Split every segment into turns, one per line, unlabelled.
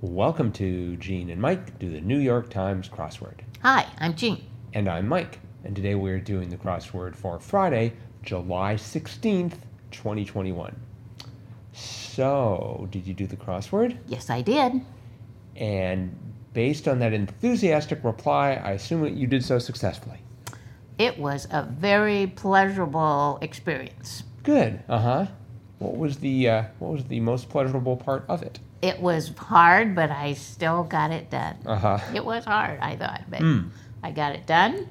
Welcome to Gene and Mike do the New York Times crossword.
Hi, I'm Jean.
And I'm Mike, and today we're doing the crossword for Friday, July 16th, 2021. So, did you do the crossword?
Yes, I did.
And based on that enthusiastic reply, I assume that you did so successfully.
It was a very pleasurable experience.
Good. Uh huh. What was the uh, what was the most pleasurable part of it?
It was hard, but I still got it done.
Uh huh.
It was hard, I thought, but
Mm.
I got it done.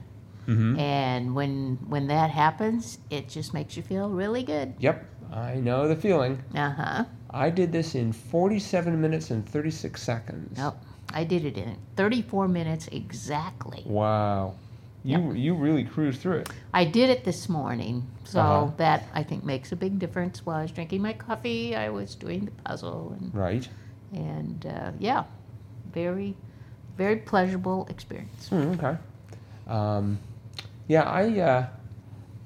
Mm-hmm.
And when when that happens, it just makes you feel really good.
Yep. I know the feeling.
Uh huh.
I did this in 47 minutes and 36 seconds.
Nope. I did it in 34 minutes exactly.
Wow. You you really cruised through it.
I did it this morning, so
Uh-huh.
that I think makes a big difference. While I was drinking my coffee, I was doing the puzzle, and
Right.
and uh, yeah, very, very pleasurable experience.
Hmm, okay. Um, yeah, I uh,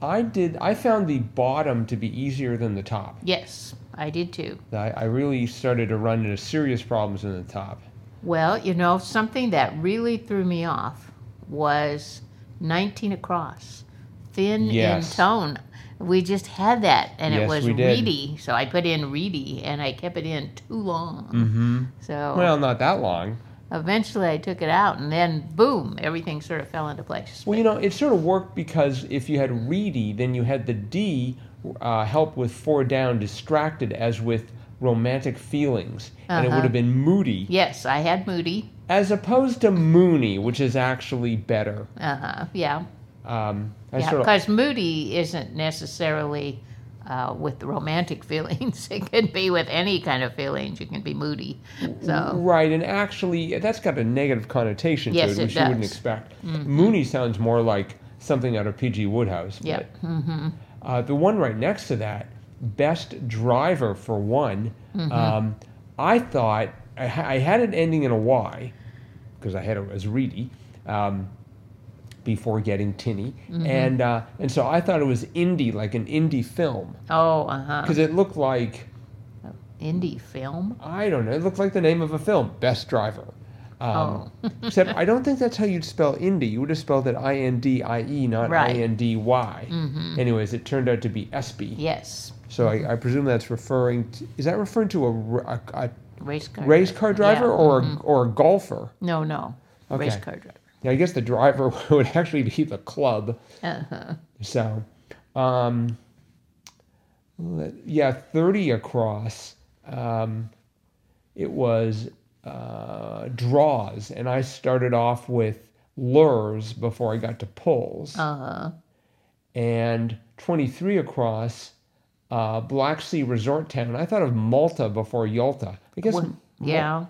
I did. I found the bottom to be easier than the top.
Yes, I did too.
I, I really started to run into serious problems in the top.
Well, you know, something that really threw me off was 19 across, thin
Yes.
in tone. We just had that, and it
Yes,
was
we did.
reedy, so I put in reedy, and I kept it in too long.
Mm-hmm.
So
Well, not that long.
eventually I took it out, and then boom, everything sort of fell into place.
Well, you know, it sort of worked because if you had Reedy, then you had the D uh, help with four down, distracted as with romantic feelings, and it
Uh-huh.
would have been moody
yes, I had moody.
as opposed to moony, which is actually better.
Uh huh. Yeah.
Um, I
Yeah,
sort of-
because moody isn't necessarily uh, with romantic feelings. It can be with any kind of feelings. You can be moody. So
Right, and actually, that's got a negative connotation
uh, Yes,
to it,
it
which you wouldn't
does. Mm.
expect. Mooney sounds more like something out of P.G. Woodhouse.
yeah,
but,
hmm
uh, the one right next to that, best driver for one.
Mm-hmm.
Um, I thought I, ha- I had it ending in a Y because I had it as Reedy um, before getting Tinny,
Mm-hmm.
and uh, and so I thought it was indie, like an indie film,
Oh, uh huh.
because it looked like
Indie film.
I don't know. It looked like the name of a film, Best Driver. Um,
Oh.
except I don't think that's how you'd spell indie. You would have spelled it I N D I E, not
Right.
I N D Y.
Mhm.
Anyways, it turned out to be SB.
Yes,
So I, I presume that's referring. To, is that referring to a, r- a-
race car.
a race car driver
Yeah. Mm-hmm.
or a, or a golfer?
No, no, race
Okay.
car driver.
Yeah, I guess the driver would actually be the club.
Uh huh.
So, um, let- yeah, 30 across. Um, it was uh, draws, and I started off with lures before I got to pulls.
Uh huh.
And 23 across, uh, Black Sea Resort Town. I thought of Malta before Yalta. I guess.
Well, yeah.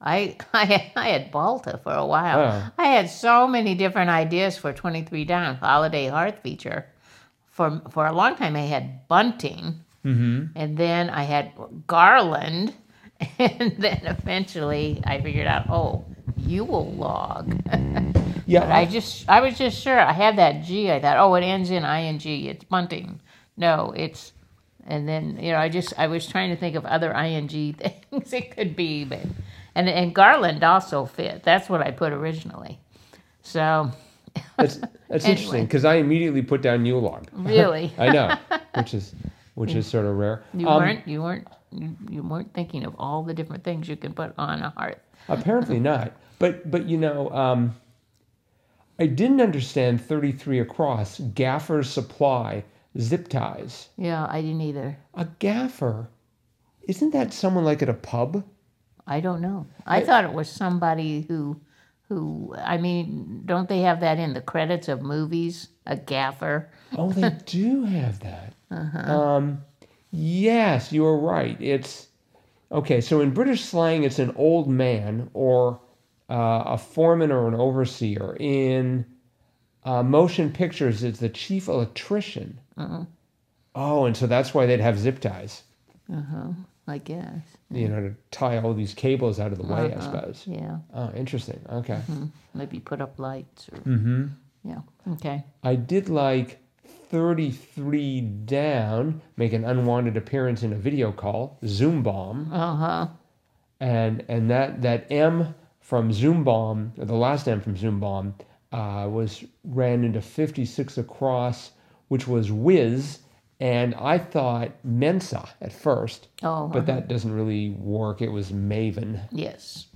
I, I I had Balta for a while.
Oh.
I had so many different ideas for 23 Down Holiday Hearth feature. For for a long time I had bunting.
Mhm.
And then I had garland and then eventually I figured out, "Oh, you will log."
Yeah,
I just I was just sure. I had that G. I thought, "Oh, it ends in ing. It's bunting." No, it's and then you know i just i was trying to think of other ing things it could be but and and garland also fit that's what i put originally so
That's that's interesting 'cause interesting because I immediately put down Yulog.
really
I know, which is which is sort of rare.
you
Um,
weren't you weren't you, you weren't thinking of all the different things you can put on a hearth
Apparently not. But but you know, um, I didn't understand thirty three across gaffer's supply zip ties.
yeah i didn't either
A gaffer, isn't that someone like at a pub?
i don't know i, thought it was somebody who who i mean don't they have that in the credits of movies a gaffer
Oh, they do have that. Um, yes, you are right. It's okay. So in British slang, it's an old man or uh, a foreman or an overseer. In uh, motion pictures, it's the chief electrician. Oh, and so that's why they'd have zip ties,
i guess
you know, to tie all these cables out of the way. I suppose.
yeah
Oh, interesting. Okay.
maybe put up lights or
Mm-hmm.
yeah okay
I did like 33 down, make an unwanted appearance in a video call, Zoom bomb.
uh-huh
and and that that M from Zoom Bomb, the last M from Zoom Bomb, uh, was ran into 56 across, which was whiz, and I thought Mensa at first,
Oh,
but that doesn't really work. It was Maven.
yes.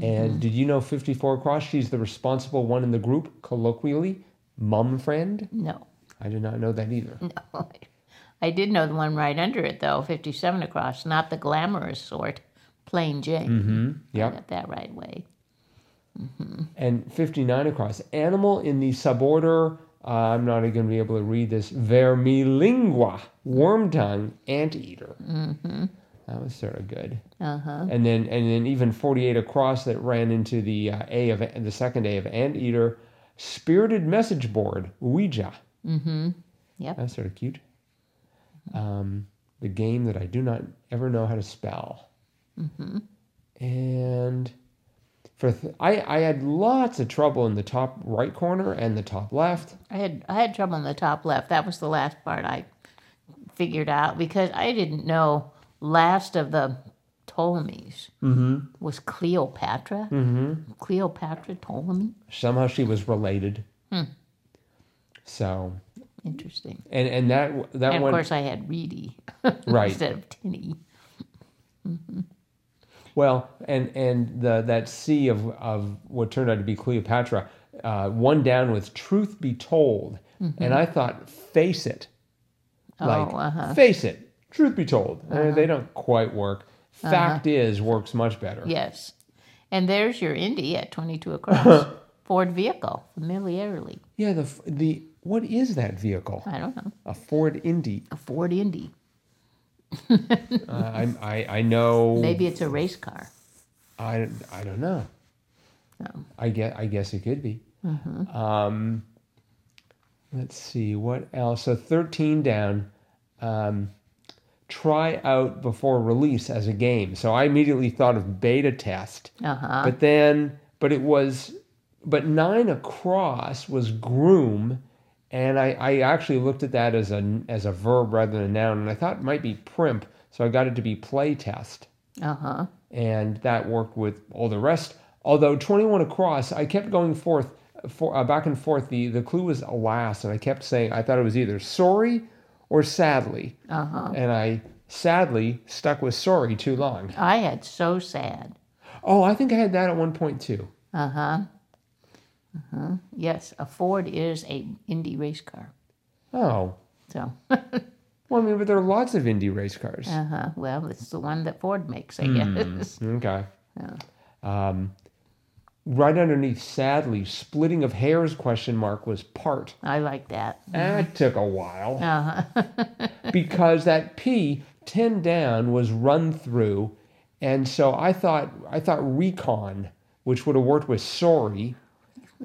And did you know 54 across? She's the responsible one in the group, colloquially, mum friend.
No.
I did not know that either.
No. I did know the one right under it, though 57 across, not the glamorous sort, plain Jane. I
Mm-hmm. Yep.
got that right way.
and 59 across. Animal in the suborder, uh, I'm not even going to be able to read this, vermilingua, worm tongue, anteater. Mm-hmm. That was sort of good.
Uh huh.
And then and then even 48 across that ran into the uh, A of the second A of anteater, spirited message board, Ouija.
Mm-hmm. Yep.
That's sort of cute. Um, the game that I do not ever know how to spell.
Mm-hmm.
And for th- I, I had lots of trouble in the top right corner and the top left.
I had I had trouble in the top left. That was the last part I figured out because I didn't know last of the Ptolemies was Cleopatra. Mm-hmm. Cleopatra Ptolemy.
Somehow she was related.
Hmm.
So
Interesting.
and and that that
and of
one
course, I had Reedy
Right.
instead of Tinny.
well and and the that C of of what turned out to be Cleopatra uh, one down with truth be told and I thought face it like
Mm-hmm. oh, uh-huh.
face it truth be told I mean, they don't quite work
Uh-huh.
fact is works much better
yes. And there's your Indy at 22 across. Ford vehicle, familiarly.
yeah the the what is that vehicle
I don't know.
a ford indy
A Ford Indy.
uh, I, I i know
Maybe it's a race car.
i i don't know
No.
i guess i guess it could be um let's see what else so 13 down um try out before release as a game so i immediately thought of beta test
Uh huh.
but then but it was but nine across was groom and I, I actually looked at that as a as a verb rather than a noun and i thought it might be primp so i got it to be play test
Uh huh.
and that worked with all the rest although 21 across i kept going forth for uh, back and forth the the clue was alas and i kept saying i thought it was either sorry or sadly uh-huh. and i sadly stuck with sorry too long
I had so sad.
oh i think i had that at one point too
Uh huh. Uh huh. Yes, a Ford is a Indy race car.
oh
So,
Well, I mean, but there are lots of indie race cars.
uh huh. Well, it's the one that Ford makes, I guess.
Okay. Um, right underneath, sadly, splitting of hairs question mark was part.
I like that.
That took a while
Uh huh.
because that P ten down was run through, and so I thought I thought recon, which would have worked with sorry,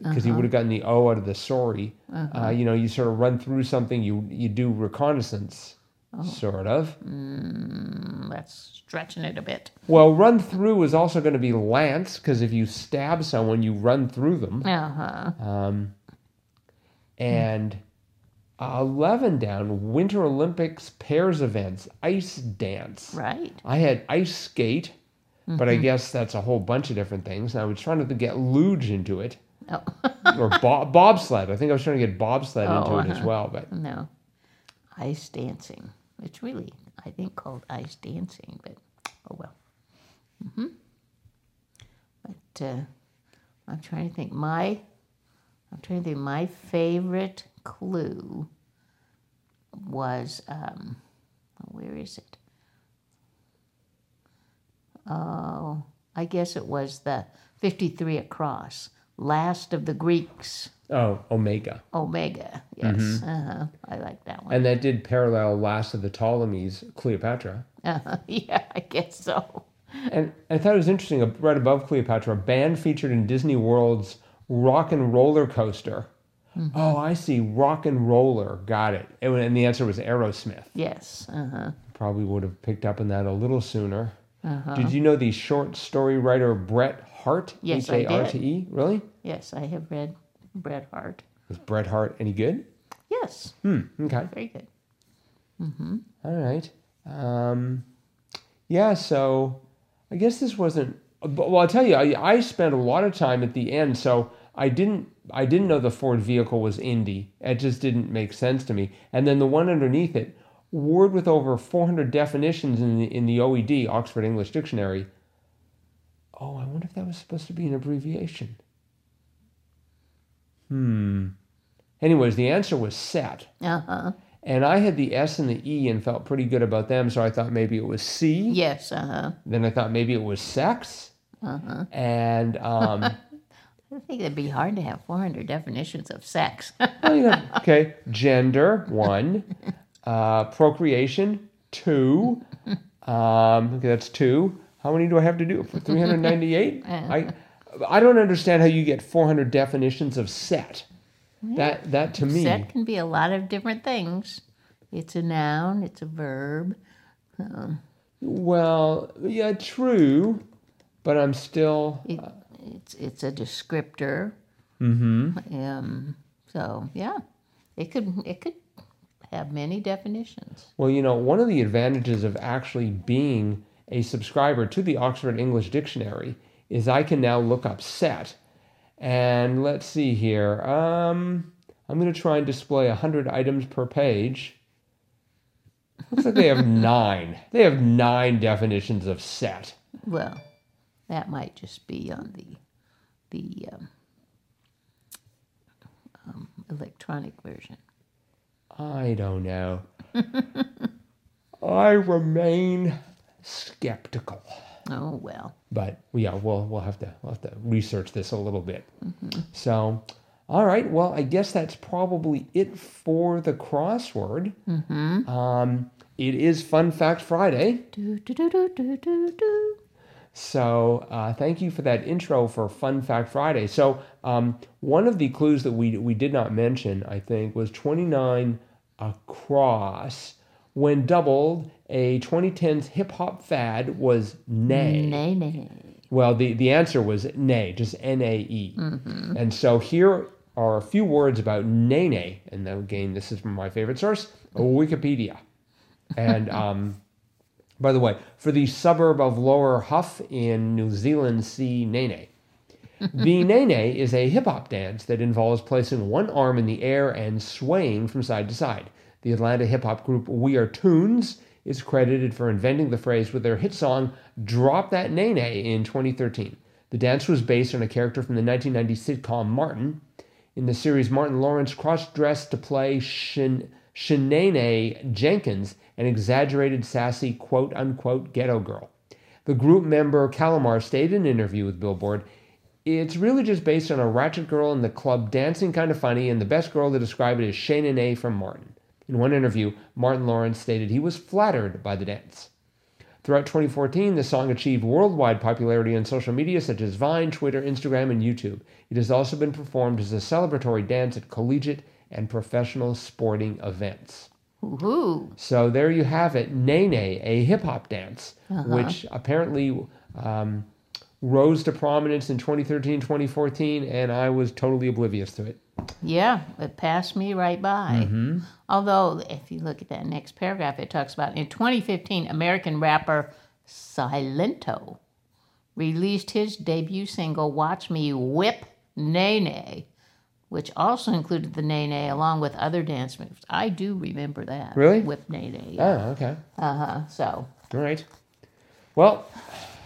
because you would have gotten the O out of the sorry. Uh, you know, you sort of run through something. You you do reconnaissance, sort of.
Mm, That's stretching it a bit.
Well, run through is also going to be lance because if you stab someone, you run through them.
Uh huh.
Um, and uh, eleven down, Winter Olympics pairs events, ice dance.
Right.
I had ice skate, but
Mm-hmm.
I guess that's a whole bunch of different things. And I was trying to get luge into it
Oh,
or bo- bobsled. I think I was trying to get bobsled into
Oh,
it as well, but
no. Ice dancing. It's really, I think, called ice dancing, but oh well. hmm But uh, I'm trying to think. My, I'm trying to think. My favorite clue was, um, where is it? Oh, I guess it was the 53 across, last of the Greeks.
oh, Omega.
Omega. Yes. Uh-huh. I like that one.
And that did parallel Last of the Ptolemies, Cleopatra.
Uh-huh. Yeah, I guess so.
And I thought it was interesting, uh, right above Cleopatra, a band featured in Disney World's Rock and Roller Coaster.
Mm-hmm.
Oh, I see. Rock and Roller. Got it. And, and the answer was Aerosmith.
Yes. Uh-huh.
Probably would have picked up on that a little sooner.
Uh-huh.
Did you know the short story writer Bret Hart?
Yes, I did.
H-A-R-T-E? E? Really?
Yes, I have read Bret Hart.
Was Bret Hart any good?
Yes.
Hmm. Okay.
Very good.
All right. Um, yeah, so I guess this wasn't. but- Well, I'll tell you, I, I spent a lot of time at the end, so I didn't. I didn't know the Ford vehicle was Indy. It just didn't make sense to me. And then the one underneath it, word with over 400 definitions in the, in the OED Oxford English Dictionary. Oh, I wonder if that was supposed to be an abbreviation. Hmm. Anyways, the answer was set.
Uh huh.
And I had the S and the E and felt pretty good about them, so I thought maybe it was C.
Yes. Uh huh.
Then I thought maybe it was sex.
Uh huh.
And um,
I think it'd be hard to have 400 definitions of sex.
well, you know, okay, gender one, uh, procreation two. Um, okay, that's two. How many do I have to do for 398? I I don't understand how you get 400 definitions of set. That that to me.
Set can be a lot of different things. It's a noun. It's a verb.
Well, yeah, true, but I'm still.
It, it's it's a descriptor. Mm-hmm. Um. So yeah, it could it could have many definitions.
Well, you know, one of the advantages of actually being a subscriber to the Oxford English Dictionary is I can now look up set. And let's see here. Um, I'm going to try and display 100 items per page. Looks like they have nine. They have nine definitions of set.
Well, that might just be on the the um, um, electronic version.
I don't know. I remain skeptical.
Oh well.
but yeah, we'll we'll have to we'll have to research this a little bit. So, all right, well, I guess that's probably it for the crossword. Um, it is Fun Fact Friday,
Do do do do do do do.
so uh, thank you for that intro for Fun Fact Friday. So, um, one of the clues that we we did not mention, I think, was twenty nine across. When doubled, a 2010s hip hop fad was nay.
Nay nay.
Well, the, the answer was nay, just N A E. And so here are a few words about nene. And then again, this is from my favorite source, Wikipedia. And um, by the way, for the suburb of Lower Huff in New Zealand, see nene. The nene is a hip hop dance that involves placing one arm in the air and swaying from side to side. The Atlanta hip hop group We Are Tunes is credited for inventing the phrase with their hit song Drop That Nene in 2013. The dance was based on a character from the 1990 sitcom Martin. In the series, Martin Lawrence cross dressed to play Shin- Shinane Jenkins, an exaggerated, sassy, quote unquote ghetto girl. The group member Calamar stated in an interview with Billboard, it's really just based on a ratchet girl in the club dancing kind of funny, and the best girl to describe it is Shane A from Martin. In one interview, Martin Lawrence stated he was flattered by the dance. Throughout 2014, the song achieved worldwide popularity on social media such as Vine, Twitter, Instagram, and YouTube. It has also been performed as a celebratory dance at collegiate and professional sporting events.
Woohoo.
So there you have it, Nene, a hip hop dance, which apparently um, rose to prominence in 2013, 2014, and I was totally oblivious to it.
Yeah, it passed me right by. Although, if you look at that next paragraph, it talks about in 2015, American rapper Silento released his debut single, Watch Me Whip Nene, which also included the Nene along with other dance moves. I do remember that.
Really?
Whip Nene.
Oh, okay.
Uh huh. So,
All right. Well,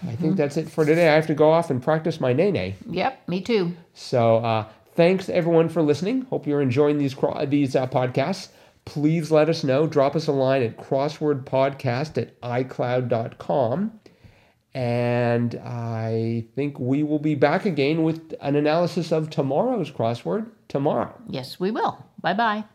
I think that's it for today. I have to go off and practice my Nene.
yep, me too.
So uh, thanks everyone for listening. Hope you're enjoying these cro- these uh, podcasts. Please let us know. Drop us a line at crosswordpodcast at icloud.com. And I think we will be back again with an analysis of tomorrow's crossword tomorrow.
Yes, we will. Bye bye.